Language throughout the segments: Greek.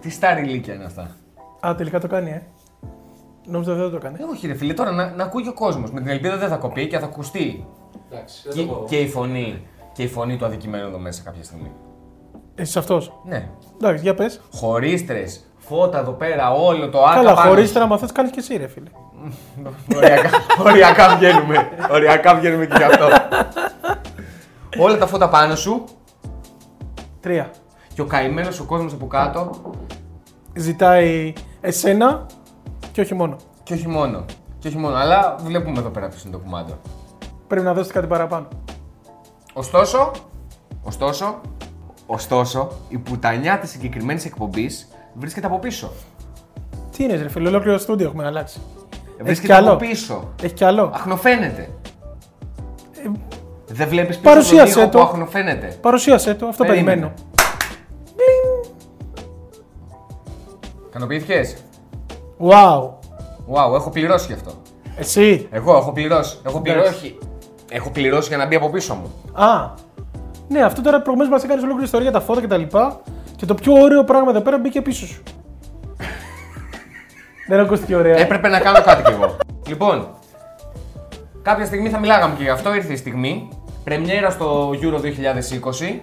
Κλειστά ρηλίκια είναι αυτά. Α, τελικά το κάνει, ε. Νόμιζα δεν θα το κάνει. Ε, Όχι, ρε φίλε, τώρα να, να ακούει ο κόσμος. Με την ελπίδα δεν θα κοπεί και θα ακουστεί. Εντάξει, δεν Και, το πω. και η φωνή. Και η φωνή του αδικημένου εδώ μέσα κάποια στιγμή. Εσύ αυτός. Ναι. Ε, Εντάξει, για πες. Χωρίστρες, φώτα εδώ πέρα, όλο το άκα. Καλά, πάνω. χωρί να μαθαίνεις, κάνεις και εσύ, ρε φίλε. Οριακά, οριακά βγαίνουμε. Οριακά βγαίνουμε και γι' αυτό. όλα τα φώτα πάνω σου Τρία. και ο καημένος ο κόσμος από κάτω Ζητάει εσένα και όχι μόνο. και όχι μόνο. Και όχι μόνο, αλλά βλέπουμε εδώ πέρα ποιος είναι το κουμάντο. Πρέπει να δώσετε κάτι παραπάνω. Ωστόσο, ωστόσο, ωστόσο, η πουτανιά της συγκεκριμένης εκπομπής βρίσκεται από πίσω. Τι είναι, ρε φίλε, ολόκληρο στούντιο έχουμε αλλάξει. Έχει κι Βρίσκεται από άλλο. πίσω. Έχει κι άλλο. Αχνοφαίνεται. Δεν βλέπεις πίσω Ε, παρουσίασε τον ήχο το. που αχνοφαίνεται. Παρουσίασε το, αυτό Περίμενε. περιμένω. Κανοποιήθηκες. Wow. Wow, έχω πληρώσει γι' αυτό. Εσύ. Εγώ έχω πληρώσει. Έχω Εντάξει. πληρώσει. Έχω πληρώσει για να μπει από πίσω μου. Α. Ναι, αυτό τώρα προηγουμένω μας έκανε ολόκληρη ιστορία για τα φώτα και τα λοιπά. Και το πιο ωραίο πράγμα εδώ πέρα μπήκε πίσω σου. Δεν ακούστηκε ωραία. Έπρεπε να κάνω κάτι κι εγώ. λοιπόν, κάποια στιγμή θα μιλάγαμε και γι' αυτό ήρθε η στιγμή. Πρεμιέρα στο Euro 2020.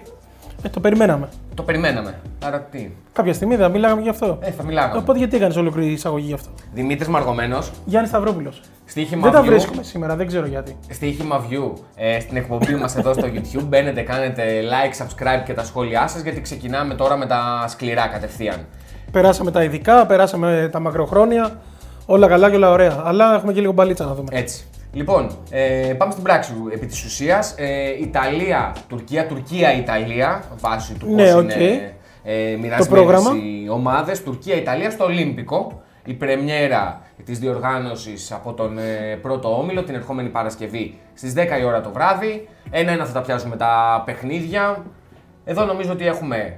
Ε, το περιμέναμε. Το περιμέναμε. Άρα τι. Κάποια στιγμή δεν μιλάγαμε γι' αυτό. Ε, θα μιλάγαμε. Οπότε γιατί έκανες ολόκληρη εισαγωγή γι' αυτό. Δημήτρης Μαργωμένος, Γιάννης Σταυρόπουλος. στοίχημα Δεν τα βιού. βρίσκουμε σήμερα, δεν ξέρω γιατί. Στοίχημα view ε, στην εκπομπή μας εδώ στο YouTube. Μπαίνετε, κάνετε like, subscribe και τα σχόλιά σας γιατί ξεκινάμε τώρα με τα σκληρά κατευθείαν. Περάσαμε τα ειδικά, περάσαμε τα μακροχρόνια. Όλα καλά και όλα ωραία. Αλλά έχουμε και λίγο μπαλίτσα να δούμε. Έτσι. Λοιπόν, ε, πάμε στην πράξη του επί της ουσίας. Ε, Ιταλία, Τουρκία, Τουρκία, Ιταλία, βάσει του Ναι, πώς οκ. είναι ε, πρόγραμμα. μοιρασμένες οι ομάδες. Τουρκία, Ιταλία στο Ολύμπικο. Η πρεμιέρα της διοργάνωσης από τον ε, πρώτο όμιλο την ερχόμενη Παρασκευή στις 10 η ώρα το βράδυ. Ένα-ένα θα τα πιάσουμε τα παιχνίδια. Εδώ νομίζω ότι έχουμε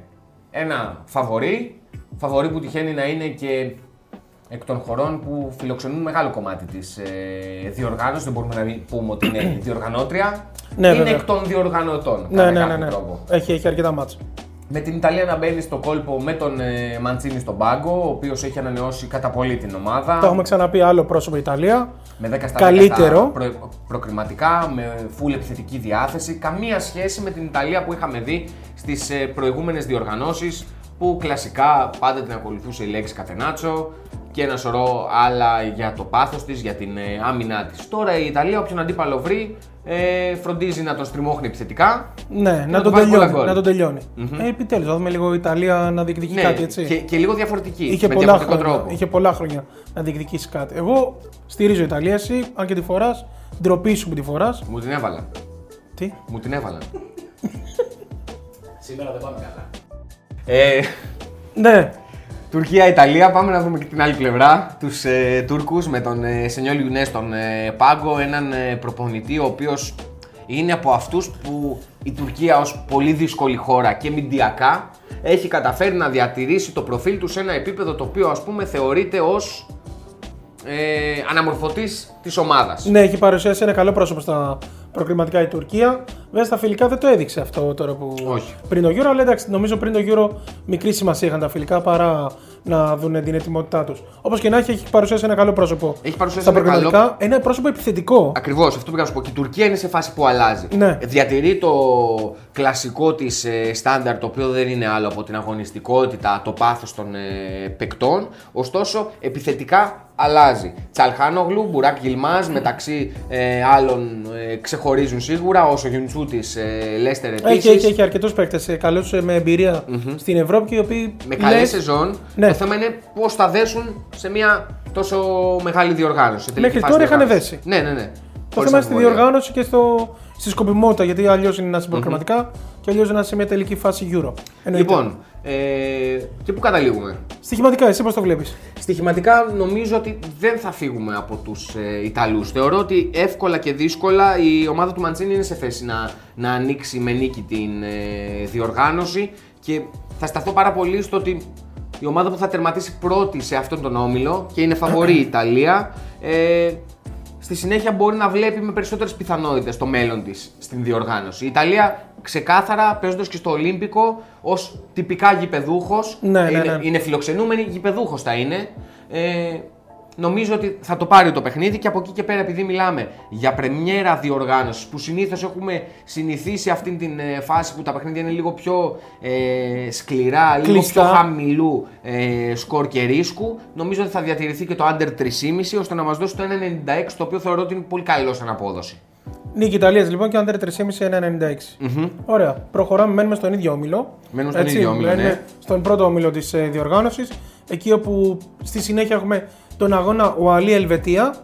ένα φαβορή. Φαβορή που τυχαίνει να είναι και εκ των χωρών που φιλοξενούν μεγάλο κομμάτι της ε, διοργάνωσης. Δεν μπορούμε να μην πούμε ότι είναι διοργανώτρια. Ναι, είναι βέβαια. εκ των διοργανωτών. Ναι, κατά ναι, ναι. κάποιο ναι. τρόπο. Έχει, έχει αρκετά μάτσα. Με την Ιταλία να μπαίνει στο κόλπο με τον ε, Μαντσίνη στον πάγκο, ο οποίος έχει ανανεώσει κατά πολύ την ομάδα. Τα έχουμε ξαναπεί άλλο πρόσωπο Ιταλία. Με 10 στα Καλύτερο. 10 προ- προκριματικά, με full επιθετική διάθεση. Καμία σχέση με την Ιταλία που είχαμε δει στις προηγούμενες διοργανώσεις που κλασικά πάντα την ακολουθούσε η λέξη Κατενάτσο και ένα σωρό άλλα για το πάθος της, για την ε, άμυνά της. Τώρα η Ιταλία, όποιον αντίπαλο βρει, ε, φροντίζει να τον στριμώχνει επιθετικά. Ναι, να του τον, βάζει πολλά τελειώνει, γκολ. Ναι, να τον τελειωνει Ε, Επιτέλους, θα δούμε λίγο Ιταλία να διεκδικεί κάτι έτσι. και, και λίγο διαφορετική. είχε, με πολλά διαφορετικό χρόνια, τρόπο. είχε πολλά χρόνια να διεκδικήσει κάτι. Εγώ στηρίζω Ιταλία, εσύ, αν και τη φοράς, ντροπή σου που τη φοράς. Μου την έβαλα. Τι. Μου την έβαλα. Σήμερα δεν πάμε καλά. ε, Ναι, Τουρκία-Ιταλία, πάμε να δούμε και την άλλη πλευρά. Τους ε, Τούρκους με τον ε, Σενιόλ Ιουνέ στον ε, Πάγκο, έναν ε, προπονητή ο οποίος είναι από αυτούς που η Τουρκία ως πολύ δύσκολη χώρα και μηντιακά έχει καταφέρει να διατηρήσει το προφίλ του σε ένα επίπεδο το οποίο ας πούμε θεωρείται ως ε, αναμορφωτής της ομάδας. ναι, έχει παρουσιάσει ένα καλό πρόσωπο στα προκριματικά η Τουρκία. Βέβαια στα φιλικά δεν το έδειξε αυτό τώρα που. Όχι. Πριν το γύρο, αλλά εντάξει, νομίζω πριν το γύρο μικρή σημασία είχαν τα φιλικά παρά να δουν την ετοιμότητά τους. Όπως και να έχει, έχει παρουσιάσει ένα καλό πρόσωπο. Έχει παρουσιάσει στα ένα καλό- προκριματικά. Ένα πρόσωπο επιθετικό. Ακριβώς, αυτό που πήγα να σου πω. Και η Τουρκία είναι σε φάση που αλλάζει. Ναι. Διατηρεί το κλασικό της στάνταρ, το οποίο δεν είναι άλλο από την αγωνιστικότητα, το πάθος των ε, παικτών. Ωστόσο, επιθετικά αλλάζει. Τσαλχάνογλου, Μπουράκ Γιλμά, μεταξύ ε, άλλων ε, ξεχωρίζουν σίγουρα. Όσο Γιουντσού τη ε, Λέστερ Έχει, επίσης. έχει, έχει αρκετούς παίκτες καλού ε, με εμπειρια στην Ευρώπη και οι οποίοι. Με καλή λες, σεζόν. Ναι. Το θέμα είναι πώς θα δέσουν σε μια τόσο μεγάλη διοργάνωση. τελική Μέχρι φάση τώρα είχανε διοργάνωσης. δέσει. Ναι, ναι, ναι. Το Χωρίς θέμα είναι στη αμφιβολία. διοργάνωση και στο, στη σκοπιμότητα. Γιατί αλλιώς είναι να είσαι προκριματικά και αλλιώς να είσαι σε μια τελική φάση Euro. Εννοείται. Λοιπόν, ε, και πού καταλήγουμε. Στοιχηματικά, εσύ πώς το βλέπεις. Στοιχηματικά νομίζω ότι δεν θα φύγουμε από τους ε, Ιταλούς. Θεωρώ ότι εύκολα και δύσκολα η ομάδα του Μαντσίνη είναι σε θέση να, να ανοίξει με νίκη την ε, διοργάνωση και θα σταθώ πάρα πολύ στο ότι η ομάδα που θα τερματίσει πρώτη σε αυτόν τον όμιλο και είναι φαβορή η Ιταλία. Ε, στη συνέχεια μπορεί να βλέπει με περισσότερες πιθανότητες το μέλλον της στην διοργάνωση. Η Ιταλία ξεκάθαρα παίζοντας και στο Ολύμπικο ως τυπικά γηπεδούχος. Ναι, ναι, είναι, ναι. είναι φιλοξενούμενη, γηπεδούχος θα είναι. Ε, νομίζω ότι θα το πάρει το παιχνίδι και από εκεί και πέρα, επειδή μιλάμε για πρεμιέρα διοργάνωσης που συνήθως έχουμε συνηθίσει αυτή την ε, φάση που τα παιχνίδια είναι λίγο πιο ε, σκληρά, λίγο Κλειστά. πιο χαμηλού ε, σκορ και ρίσκου, νομίζω ότι θα διατηρηθεί και το under 3,5 ώστε να μας δώσει το 1,96 το οποίο θεωρώ ότι είναι πολύ καλός σαν απόδοση. Νίκη Ιταλίας λοιπόν και Αντέρ 3,5-1,96. Ωραία. Προχωράμε, μένουμε στον ίδιο όμιλο. Μένουμε στον ίδιο όμιλο, μένουμε ναι. Στον πρώτο όμιλο της ε, διοργάνωσης. Εκεί όπου στη συνέχεια έχουμε τον αγώνα Ουαλή Ελβετία.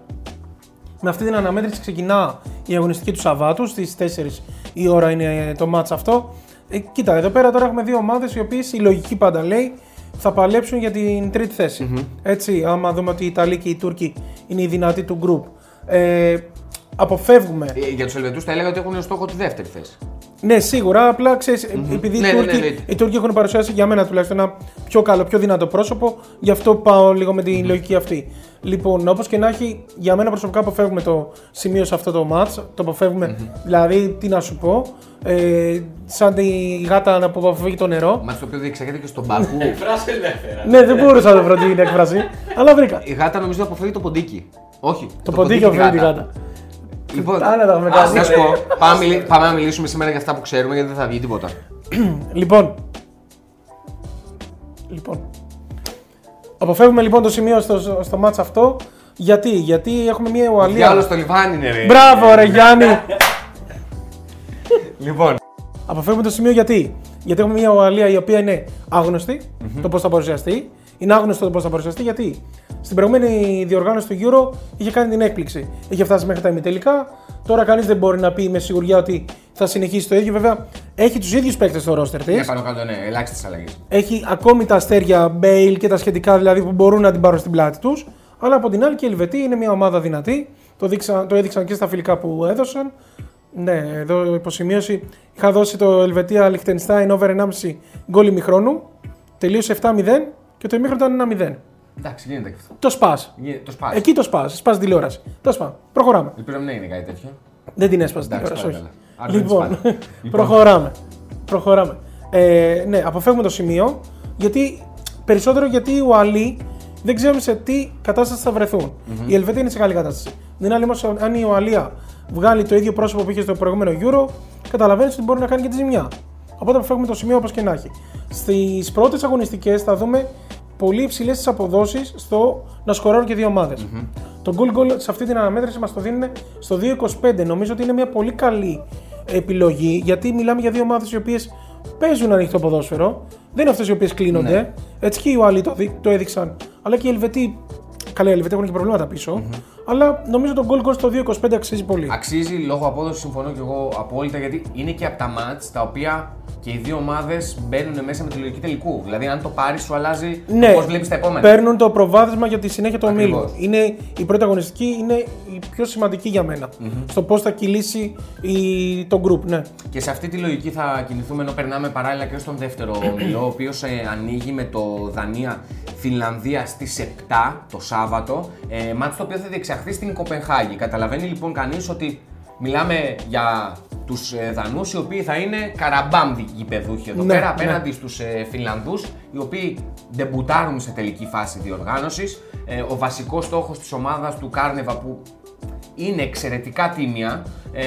Με αυτή την αναμέτρηση ξεκινά η αγωνιστική του Σαββάτου. Στις 4 η ώρα είναι ε, το μάτς αυτό. Ε, κοίτα, εδώ πέρα τώρα έχουμε δύο ομάδες οι οποίες η λογική πάντα λέει θα παλέψουν για την τρίτη θέση. Έτσι, άμα δούμε ότι οι Ιταλοί και οι Τούρκοι είναι οι δυνατοί του γκρουπ. Ε, αποφεύγουμε Ε, για τους Ελβετούς θα έλεγα ότι έχουν στόχο τη δεύτερη θέση. ναι, σίγουρα. Απλά ξέρεις, επειδή Ναι, οι, ναι, ναι, Τούρκοι, εννοείται. οι Τούρκοι έχουν παρουσιάσει για μένα τουλάχιστον ένα πιο καλό, πιο δυνατό πρόσωπο. Γι' αυτό πάω λίγο με την λογική αυτή. Λοιπόν, όπως και να έχει, για μένα προσωπικά αποφεύγουμε το σημείο σε αυτό το match. Το αποφεύγουμε. Δηλαδή, τι να σου πω. Ε, σαν τη γάτα να που αποφεύγει το νερό. Μα το οποίο διεξάγεται και στον Πακού. Φράση ελεύθερα. ναι, δεν μπορούσα να το βρω την έκφραση, αλλά βρήκα. Η γάτα νομίζω ότι αποφεύγει το ποντίκι. Όχι. Το ποντίκι αποφεύγει τη γάτα. Λοιπόν, Τα άλλα τα έχουμε κάνει. να σου πω, πάμε, μιλ- πάμε να μιλήσουμε σήμερα για αυτά που ξέρουμε γιατί δεν θα βγει τίποτα. Λοιπόν. Λοιπόν. Αποφεύγουμε λοιπόν το σημείο στο, στο μάτς αυτό. Γιατί, γιατί έχουμε μια Ουαλία. Διάλογο στο λιβάνι είναι ρε. Μπράβο, ρε Γιάννη! Λοιπόν, Αποφεύγουμε το σημείο γιατί. Γιατί έχουμε μια Ουαλία η οποία είναι άγνωστη το πώς θα παρουσιαστεί. Είναι άγνωστο το πώς θα παρουσιαστεί γιατί στην προηγούμενη διοργάνωση του Euro είχε κάνει την έκπληξη. Είχε φτάσει μέχρι τα ημιτελικά. Τώρα κανείς δεν μπορεί να πει με σιγουριά ότι θα συνεχίσει το ίδιο. Βέβαια, έχει τους ίδιους παίκτες στο ρόστερ της. για πάνω κάτω ναι, ελάχιστες αλλαγές. Έχει ακόμη τα αστέρια Μπέιλ και τα σχετικά δηλαδή που μπορούν να την πάρουν στην πλάτη τους. Αλλά από την άλλη και οι Ελβετοί είναι μια ομάδα δυνατή. Το, δείξαν, το έδειξαν και στα φιλικά που έδωσαν. Ναι, εδώ υποσημείωση. Είχα δώσει το Ελβετία Λιχτενστάιν over 1,5 γκολ ημιχρόνου. Τελείωσε 7-0 και το ημίχρονο ήταν 1-0. Εντάξει, γίνεται και αυτό. Το σπα. Γίνεται- Το σπάζει. Εκεί το σπα. Σπα τηλεόραση. Το σπα. Προχωράμε. Ελπίζω να μην έγινε κάτι τέτοιο. Δεν την έσπασε την Εντάξει, τηλεόραση, πάλι όχι. καλά. Άρα δεν Λοιπόν, τις πάνε. Λοιπόν. προχωράμε. προχωράμε. Ε, ναι, αποφεύγουμε το σημείο. Γιατί, περισσότερο γιατί οι Ουαλοί δεν ξέρουμε σε τι κατάσταση θα βρεθουν Η Ελβετία είναι σε καλή κατάσταση. Την άλλη, όμως, αν η Ουαλία βγάλει το ίδιο πρόσωπο που είχε στο προηγούμενο Euro, καταλαβαίνεις ότι μπορεί να κάνει και τη ζημιά. Οπότε αποφεύγουμε το σημείο όπως και να έχει. Στις πρώτες αγωνιστικές θα δούμε πολύ υψηλές τις αποδόσεις στο να σκοράρουν και δύο ομάδες. Το goal goal σε αυτή την αναμέτρηση μας το δίνουν στο 2,25. Νομίζω ότι είναι μια πολύ καλή επιλογή γιατί μιλάμε για δύο ομάδες οι οποίες παίζουν ανοιχτό ποδόσφαιρο. Δεν είναι αυτές οι οποίες κλείνονται. Έτσι και οι Ουαλοί το, δει- το έδειξαν. Αλλά και οι Ελβετοί. Καλά, οι Ελβετοί έχουν και προβλήματα πίσω. Αλλά νομίζω το goal goal στο 2,25 αξίζει πολύ. Αξίζει λόγω απόδοσης, συμφωνώ και εγώ απόλυτα, γιατί είναι και από τα μάτ τα οποία και οι δύο ομάδες μπαίνουν μέσα με τη λογική τελικού. Δηλαδή, αν το πάρεις, σου αλλάζει Ναι, πώς βλέπεις τα επόμενα. παίρνουν το προβάδισμα για τη συνέχεια του ομίλου. Ακριβώς. Είναι, η πρώτη αγωνιστική είναι η πιο σημαντική για μενα Στο πώς θα κυλήσει η, το group, ναι. Και σε αυτή τη λογική θα κινηθούμε ενώ περνάμε παράλληλα και στον δεύτερο όμιλο, ο οποίος ανοίγει με το Δανία-Φινλανδία στι 7 το Σάββατο. Ε, μάτς το οποίο θα διεξαχθεί στην Κοπενχάγη. Καταλαβαίνει λοιπόν κανείς ότι μιλάμε για τους ε, Δανούς, οι οποίοι θα είναι καραμπάμδι γηπεδούχοι εδώ Ναι, πέρα, ναι. απέναντι στους ε, Φινλανδού, οι οποίοι ντεμπουτάρουν σε τελική φάση διοργάνωσης. Ε, ο βασικός στόχος της ομάδας του Κάρνεβα που είναι εξαιρετικά τίμια, ε,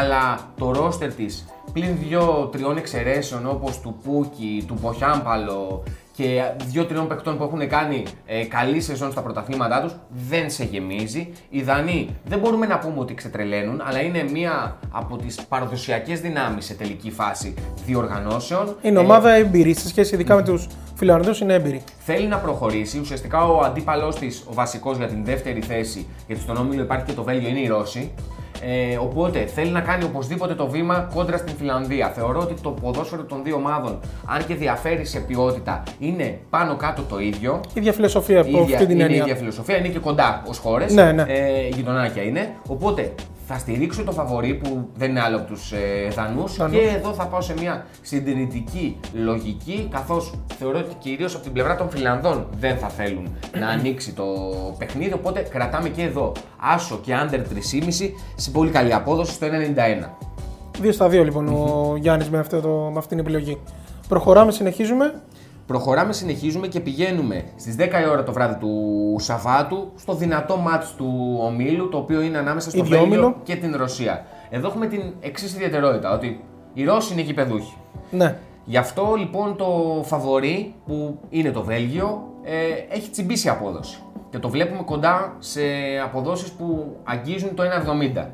αλλά το ρόστερ της πλην δύο-τριών εξαιρέσεων όπως του Πούκι, του Ποχιάμπαλο και δύο-τριών παικτών που έχουν κάνει ε, καλή σεζόν στα πρωταθλήματά τους δεν σε γεμίζει. Οι Δανείοι δεν μπορούμε να πούμε ότι ξετρελαίνουν, αλλά είναι μία από τις παραδοσιακές δυνάμεις σε τελική φάση διοργανώσεων. Είναι Ε, ομάδα εμπειρή σε σχέση ειδικά με τους φιλανδούς είναι έμπειρη. θέλει να προχωρήσει. Ουσιαστικά ο αντίπαλός της, ο βασικός για την δεύτερη θέση, γιατί στον όμιλο υπάρχει και το Βέλγιο, είναι οι Ρώσοι. Ε, οπότε θέλει να κάνει οπωσδήποτε το βήμα κόντρα στην Φιλανδία. Θεωρώ ότι το ποδόσφαιρο των δύο ομάδων, αν και διαφέρει σε ποιότητα, είναι πάνω κάτω το ίδιο. ίδια φιλοσοφία Η από ίδια- αυτή την είναι η έννοια. ίδια φιλοσοφία, είναι και κοντά ως χώρες. Ναι, ναι. Ε, γειτονάκια είναι. Οπότε θα θα στηρίξω το φαβορή που δεν είναι άλλο από τους ε, Δανούς. Δανούς. Και εδώ θα πάω σε μια συντηρητική λογική, καθώς θεωρώ ότι κυρίως από την πλευρά των Φιλανδών δεν θα θέλουν να ανοίξει το παιχνίδι. Οπότε κρατάμε και εδώ άσο και under 3,5 σε πολύ καλή απόδοση στο 1,91. Δύο στα δύο λοιπόν ο Γιάννης με, αυτό το- με αυτήν την επιλογή. Προχωράμε, συνεχίζουμε. Προχωράμε, συνεχίζουμε και πηγαίνουμε στις 10 η ώρα το βράδυ του Σαββάτου στο δυνατό μάτς του ομίλου, το οποίο είναι ανάμεσα στο Ίδιο Βέλγιο όμιλο. και την Ρωσία. Εδώ έχουμε την εξής ιδιαιτερότητα, ότι οι Ρώσοι είναι γηπεδούχοι. Ναι. Γι' αυτό λοιπόν το φαβορή που είναι το Βέλγιο ε, έχει τσιμπήσει απόδοση. Και το βλέπουμε κοντά σε αποδόσεις που αγγίζουν το 1,70.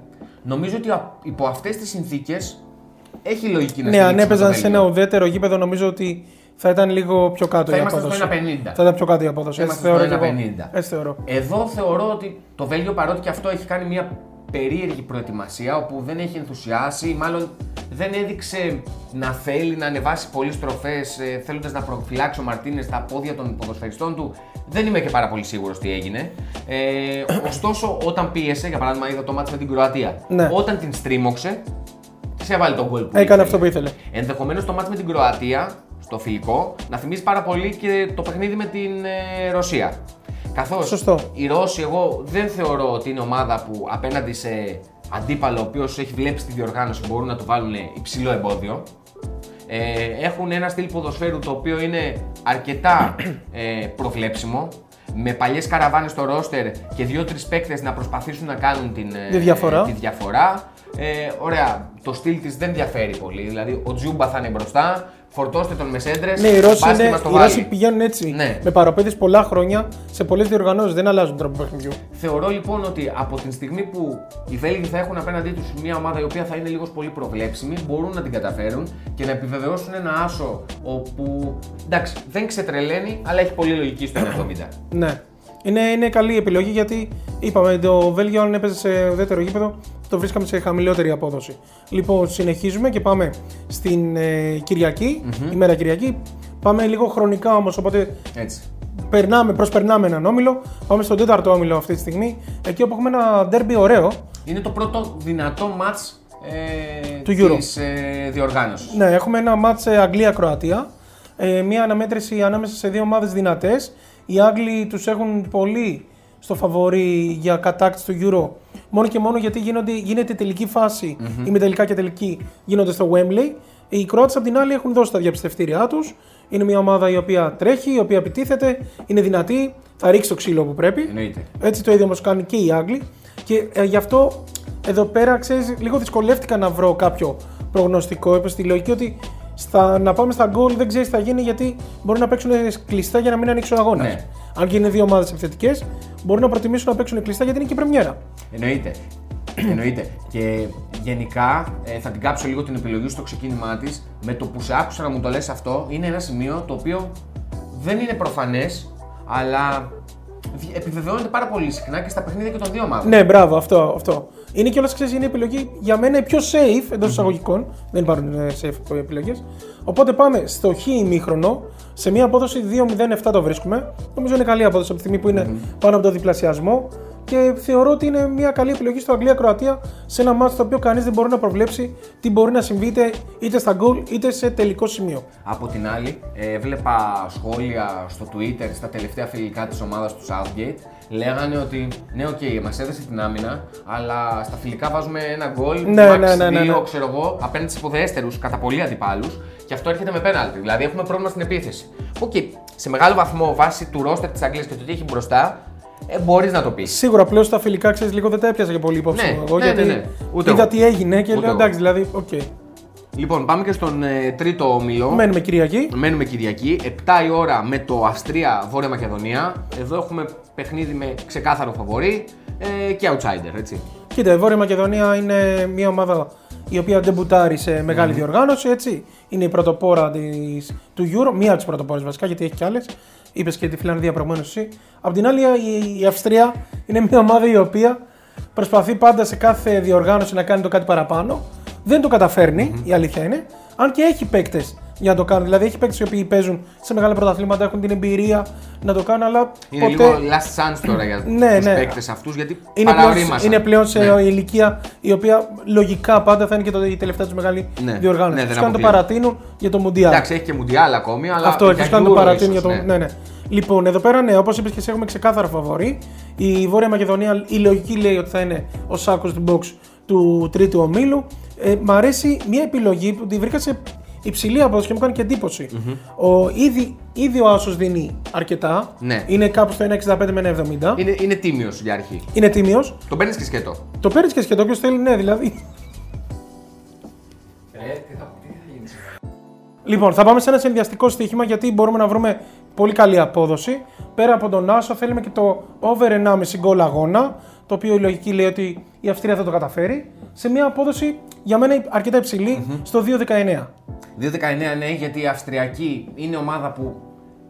Νομίζω ότι α- υπό αυτές τις συνθήκες έχει λογική να Ναι, αν στηρίξουμε το έπαιζαν σε ένα Βέλγιο. ουδέτερο γήπεδο, νομίζω ότι θα ήταν λίγο πιο κάτω Θα η ήμασταν στο απόδοση. 1,50. Θα ήταν πιο κάτω η απόδοση. Θα Έτσι ήμασταν θεωρώ. στο και εγώ. 1,50. Έτσι θεωρώ. Εδώ θεωρώ ότι το Βέλγιο παρότι και αυτό έχει κάνει μια περίεργη προετοιμασία όπου δεν έχει ενθουσιάσει, μάλλον δεν έδειξε να θέλει να ανεβάσει πολλές τροφέ θέλοντας να προφυλάξει ο Μαρτίνες τα πόδια των ποδοσφαιριστών του. Δεν είμαι και πάρα πολύ σίγουρος τι έγινε. Ε, ωστόσο, όταν πίεσε, για παράδειγμα, είδα το μάτι με την Κροατία. Ναι. Όταν την στρίμωξε, σε έβαλε τον γκολ που Έκανε ήθελε. αυτό που ήθελε. Ενδεχομένως το μάτς με την Κροατία στο φιλικό να θυμίζει πάρα πολύ και το παιχνίδι με την ε, Ρωσία. Καθώς Σωστό. οι Ρώσοι, εγώ δεν θεωρώ ότι είναι ομάδα που απέναντι σε αντίπαλο ο οποίος έχει βλέψει τη διοργάνωση μπορούν να του βάλουν υψηλό εμπόδιο. Ε, έχουν ένα στυλ ποδοσφαίρου το οποίο είναι αρκετά ε, προβλέψιμο. Με παλιές καραβάνες στο ρόστερ και δύο-τρει παίκτες να προσπαθήσουν να κάνουν την, ε, Τη διαφορά. τη διαφορά. Ε, ωραία, το στυλ της δεν διαφέρει πολύ. Δηλαδή, ο Τζούμπα θα είναι μπροστά, φορτώστε τον με σέντρες. Ναι, οι Ρώσοι, είναι, οι Ρώσοι πηγαίνουν έτσι. Ναι. Με παροπέδε πολλά χρόνια σε πολλές διοργανώσεις. Δεν αλλάζουν τρόπο παιχνιδιού. Θεωρώ λοιπόν ότι από την στιγμή που οι Βέλγοι θα έχουν απέναντί τους μια ομάδα η οποία θα είναι λίγος πολύ προβλέψιμη, μπορούν να την καταφέρουν και να επιβεβαιώσουν ένα άσο όπου εντάξει, δεν ξετρελαίνει, αλλά έχει πολύ λογική στο 70. Ναι. Είναι, είναι καλή επιλογή γιατί είπαμε το Βέλγιο αν έπαιζε σε ουδέτερο γήπεδο το βρίσκαμε σε χαμηλότερη απόδοση. Λοιπόν, συνεχίζουμε και πάμε στην ε, κυριακη ημέρα Κυριακή. Πάμε λίγο χρονικά όμως, οπότε Έτσι. περνάμε, προσπερνάμε έναν όμιλο. Πάμε στον τέταρτο όμιλο αυτή τη στιγμή. Εκεί όπου έχουμε ένα ντέρμπι ωραίο. Είναι το πρώτο δυνατό μάτς ε, Του Euro. της ε, διοργάνωσης. Ναι, έχουμε ένα μάτς ε, Αγγλία-Κροατία. Ε, μια αναμέτρηση ανάμεσα σε δύο ομάδες δυνατές. Οι Άγγλοι τους έχουν πολύ στο φαβορή για κατάκτηση του Euro. Μόνο και μόνο γιατί γίνονται, γίνεται τελική φάση, ημιτελικά και τελική γίνονται στο Wembley. Οι Κροάτες απ' την άλλη έχουν δώσει τα διαπιστευτήριά τους. Είναι μια ομάδα η οποία τρέχει, η οποία επιτίθεται, είναι δυνατή, θα ρίξει το ξύλο που πρέπει. Εννοείται. Έτσι το ίδιο όμως κάνουν και οι Άγγλοι. Και ε, γι' αυτό εδώ πέρα, ξέρεις, λίγο δυσκολεύτηκα να βρω κάποιο προγνωστικό. Έπεσε στη λογική ότι στα, να πάμε στα γκολ δεν ξέρεις τι θα γίνει γιατί μπορεί να παίξουν κλειστά για να μην ανοίξει ο αγώνα. Ναι. Αν και είναι δύο ομάδες επιθετικές, μπορεί να προτιμήσουν να παίξουν κλειστά γιατί είναι και η Πρεμιέρα. Εννοείται. Εννοείται. Και γενικά ε, θα την κάψω λίγο την επιλογή στο ξεκίνημά της. Με το που σε άκουσα να μου το λες αυτό, είναι ένα σημείο το οποίο δεν είναι προφανές, αλλά δι- επιβεβαιώνεται πάρα πολύ συχνά και στα παιχνίδια και των δύο ομάδων. Ναι, μπράβο, αυτό. αυτό. Είναι κιόλας, ξέρεις, είναι η επιλογή για μένα η πιο safe εντός εισαγωγικών. Δεν υπάρχουν ε, safe επιλογές. Οπότε πάμε στο χ ημίχρονο. Σε μια απόδοση 2-0-7 το βρίσκουμε. Νομίζω είναι καλή απόδοση από τη στιγμή που ειναι πάνω από το διπλασιασμό. Και θεωρώ ότι είναι μια καλή επιλογή στο Αγγλία-Κροατία σε ένα μάτι το οποίο κανείς δεν μπορεί να προβλέψει τι μπορεί να συμβεί είτε- είτε στα γκολ είτε σε τελικό σημείο. Από την άλλη, ε, βλέπα σχόλια στο Twitter στα τελευταία φιλικά της ομάδας του Southgate. Λέγανε ότι ναι, οκ, okay, μας έδεσε την άμυνα, αλλά στα φιλικά βάζουμε ένα γκολ. Ναι, max ναι, ναι, ναι, δύο, ναι. ξέρω εγώ, απέναντι στους υποδέστερους, κατά πολύ αντιπάλους. Και αυτό έρχεται με πέναλτι. Δηλαδή έχουμε πρόβλημα στην επίθεση. Οκ, σε μεγάλο βαθμό βάσει του ρόστερ της Αγγλίας και του τι έχει μπροστά, ε, μπορείς να το πεις. Σίγουρα πλέον στα φιλικά ξέρεις λίγο δεν τα έπιασα και πολύ υπόψη. Ναι, μου εγώ, ναι, γιατί ναι, ναι. Ούτε είδα εγώ. τι έγινε και Ούτε λέω εγώ. εντάξει, δηλαδή, οκ. Λοιπόν, πάμε και στον ε, τρίτο όμιλο. Μένουμε Κυριακή. Μένουμε Κυριακή, 7 η ώρα με το Αυστρία Βόρεια Μακεδονία. Εδώ έχουμε παιχνίδι με ξεκάθαρο φαβορή ε, και outsider, έτσι. Κοίτα, η Βόρεια Μακεδονία είναι μια ομάδα η οποία ντεμπουτάρει σε μεγάλη διοργάνωση, έτσι. Είναι η πρωτοπόρα της, του Euro, μία από τις πρωτοπόρες βασικά, γιατί έχει κι άλλες. Είπες και τη Φιλανδία προηγουμένως εσύ. Απ' την άλλη, η, η Αυστρία είναι μια ομάδα η οποία προσπαθεί πάντα σε κάθε διοργάνωση να κάνει το κάτι παραπάνω. Δεν το καταφερνει η αλήθεια είναι. Αν και έχει παίκτες για να το κάνουν. Δηλαδή έχει παίξει οι οποίοι παίζουν σε μεγάλα πρωταθλήματα, έχουν την εμπειρία να το κάνουν, αλλά Είναι ποτέ λίγο last chance τώρα για τους Ναι, ναι. παίκτες αυτούς, γιατί είναι, πλέον, παραωρίμασαν. είναι πλέον σε Ναι. ηλικία η οποία λογικά πάντα θα είναι και το, η τελευταία τους μεγάλη Ναι. διοργάνωση. Ναι, τους δεν κάνουν το αποκλείεται. παρατείνουν για το Μουντιάλ. Εντάξει, έχει και μουντιάλ ακόμη, αλλά. Αυτό, για έχει κάνει το Euro παρατείνει για ίσως, το. Ναι. ναι, Λοιπόν, εδώ πέρα, ναι, όπως είπες και εσύ, έχουμε ξεκάθαρα φαβορή. Η Βόρεια Μακεδονία, η λογική λέει ότι θα είναι ο σάκος του box του τρίτου ομίλου. Ε, μ' αρέσει μια επιλογή που τη βρήκα σε υψηλή απόδοση και μου κάνει και εντυπωση Ο, ήδη, ήδη ο Άσος δίνει αρκετά. Ναι. Είναι κάπου στο 1,65 με 1,70. Είναι, είναι τίμιος για αρχή. Είναι τίμιος. Το παίρνεις και σκέτο. Το παίρνεις και σχεδόν όποιος θέλει, ναι, δηλαδή. Λοιπόν, θα πάμε σε ένα συνδυαστικό στοίχημα γιατί μπορούμε να βρούμε πολύ καλή απόδοση. Πέρα από τον Άσο, θέλουμε και το over 1,5 γκολ αγώνα. Το οποίο η λογική λέει ότι η Αυστρία θα το καταφέρει. Σε μια απόδοση για μένα αρκετά υψηλή, στο 2,19. 2-19 ναι, γιατί η Αυστριακή είναι ομάδα που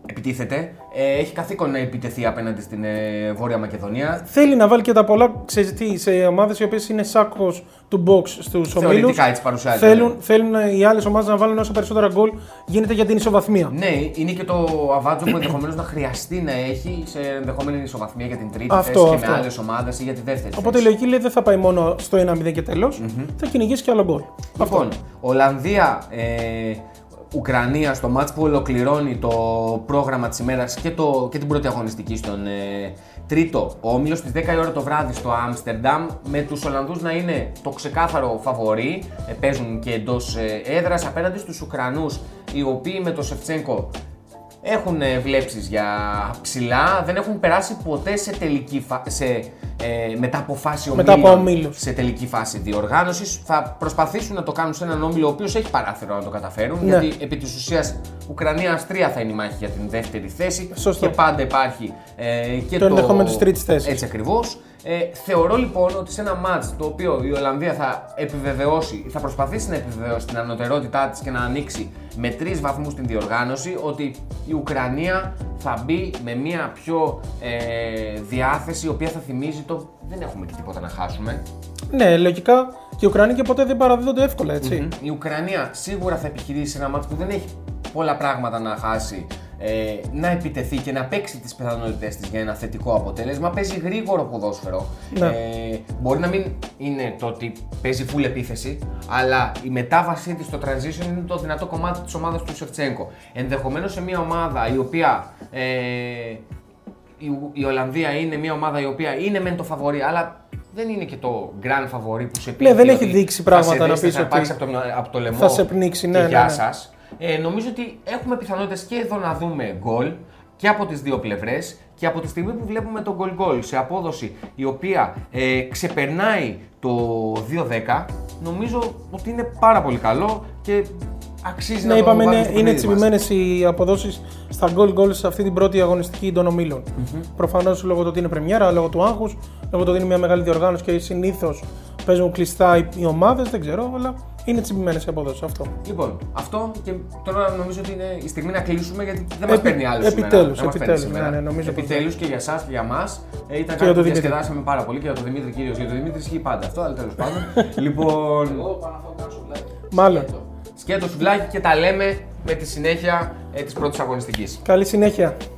επιτίθεται. Ε, έχει καθήκον να επιτεθεί απέναντι στην ε, Βόρεια Μακεδονία. Θέλει να βάλει και τα πολλά ξέρεις τι, σε ομάδες οι οποίες είναι σάκο του box στους ομίλους. Θεωρητικά έτσι παρουσιάζεται. ναι. Θέλουν, θέλουν οι άλλες ομάδες να βάλουν όσο περισσότερα γκολ γίνεται για την ισοβαθμία. Ναι, είναι και το αβάτζο που ενδεχομένως να χρειαστεί να έχει σε ενδεχόμενη ισοβαθμία για την τρίτη Αυτό, θέση και με αυτό. άλλες ομάδες ή για τη δεύτερη. Οπότε η θέση. λογική λέει δεν θα πάει μόνο στο 1-0 και τελο θα κυνηγήσει και άλλο γκολ. Λοιπόν, Ολλανδία, ε, Ουκρανία στο μάτς που ολοκληρώνει το πρόγραμμα της ημέρας και, το, και την πρώτη αγωνιστική στον ε, τρίτο όμιλο στις 10 η ώρα το βράδυ στο Άμστερνταμ με τους Ολλανδούς να είναι το ξεκάθαρο φαβορή, ε, παίζουν και εντός ε, έδρας απέναντι στους Ουκρανούς οι οποίοι με το Σεφτσέγκο έχουν ε, βλέψεις για ψηλά, δεν έχουν περάσει ποτέ σε τελική φα... σε, ε, μετά από φάση Μετά από ομίλων, ομίλους. σε τελική φάση διοργάνωσης. Θα προσπαθήσουν να το κάνουν σε έναν όμιλο ο οποίος έχει παράθυρο να το καταφέρουν. Ναι. Γιατί επί της ουσίας Ουκρανία-Αυστρία θα είναι η μάχη για την δεύτερη θέση. Σωστό. Και πάντα υπάρχει ε, και Το ενδεχόμενο της τρίτης θέσης. Έτσι ακριβώς. Ε, θεωρώ λοιπόν ότι σε ένα μάτ το οποίο η Ολλανδία θα επιβεβαιώσει, θα προσπαθήσει να επιβεβαιώσει την ανωτερότητά της και να ανοίξει με τρεις βαθμούς την διοργάνωση, ότι η Ουκρανία θα μπει με μια πιο ε, διάθεση η οποία θα θυμίζει το δεν έχουμε και τίποτα να χάσουμε. Ναι, λογικά και οι Ουκρανοί και ποτέ δεν παραδίδονται εύκολα, έτσι. Η Ουκρανία σίγουρα θα επιχειρήσει ένα μάτς που δεν έχει πολλά πράγματα να χάσει ε, να επιτεθεί και να παίξει τις πιθανότητες της για ένα θετικό αποτέλεσμα. Παίζει γρήγορο ποδόσφαιρο. Ναι. Ε, μπορεί να μην είναι το ότι παίζει full επίθεση, αλλά η μετάβασή της στο transition είναι το δυνατό κομμάτι της ομάδας του Σεφτσέγκο. Ενδεχομένως σε μια ομάδα η οποία ε, η, Ου- η Ολλανδία είναι μια ομάδα η οποία είναι μεν το φαβορή, αλλά δεν είναι και το grand φαβορή που σε Ναι, δεν ότι έχει δείξει θα πράγματα σε να δείξει, πεις θα ότι πάρεις από το, μυα- από το λαιμό. θα σε πνίξει, ναι, και ναι, γεια ναι. σας. Ε, νομίζω ότι έχουμε πιθανότητες και εδώ να δούμε γκολ και από τις δύο πλευρές και από τη στιγμή που βλέπουμε τον γκολ γκολ σε απόδοση η οποία ε, ξεπερνάει το 2-10 νομίζω ότι είναι πάρα πολύ καλό και αξίζει Ναι, να είπαμε το βάλουμε είναι, στο είναι παιχνίδι μας. τσιμπημένε οι αποδόσεις στα goal goals σε αυτή την πρώτη αγωνιστική των ομίλων. Προφανώς λόγω του ότι είναι πρεμιέρα, λόγω του άγχους, λόγω του ότι είναι μια μεγάλη διοργάνωση και συνήθως παίζουν κλειστά οι, οι ομάδες, δεν ξέρω, αλλά είναι τσιμπημένες οι αποδόσει αυτό. Λοιπόν, αυτό και τώρα νομίζω ότι είναι η στιγμή να κλείσουμε γιατί δεν μας Επι- παίρνει άλλο σήμερα. επιτέλους, Δεν μας παίρνει επιτέλους, σήμερα. ναι, ναι, νομίζω πως- επιτέλους και για εσά και για μας. Ε, ήταν κάτι για τον που Δημήτρη. διασκεδάσαμε πάρα πολύ και για τον Δημήτρη κυρίως. Για τον Δημήτρη ισχύει πάντα αυτό, αλλά τέλος πάντων. λοιπόν, Μάλλον. σκέτο σουβλάκι και τα λέμε με τη συνέχεια ε, της πρώτης αγωνιστικής. Καλή συνέχεια.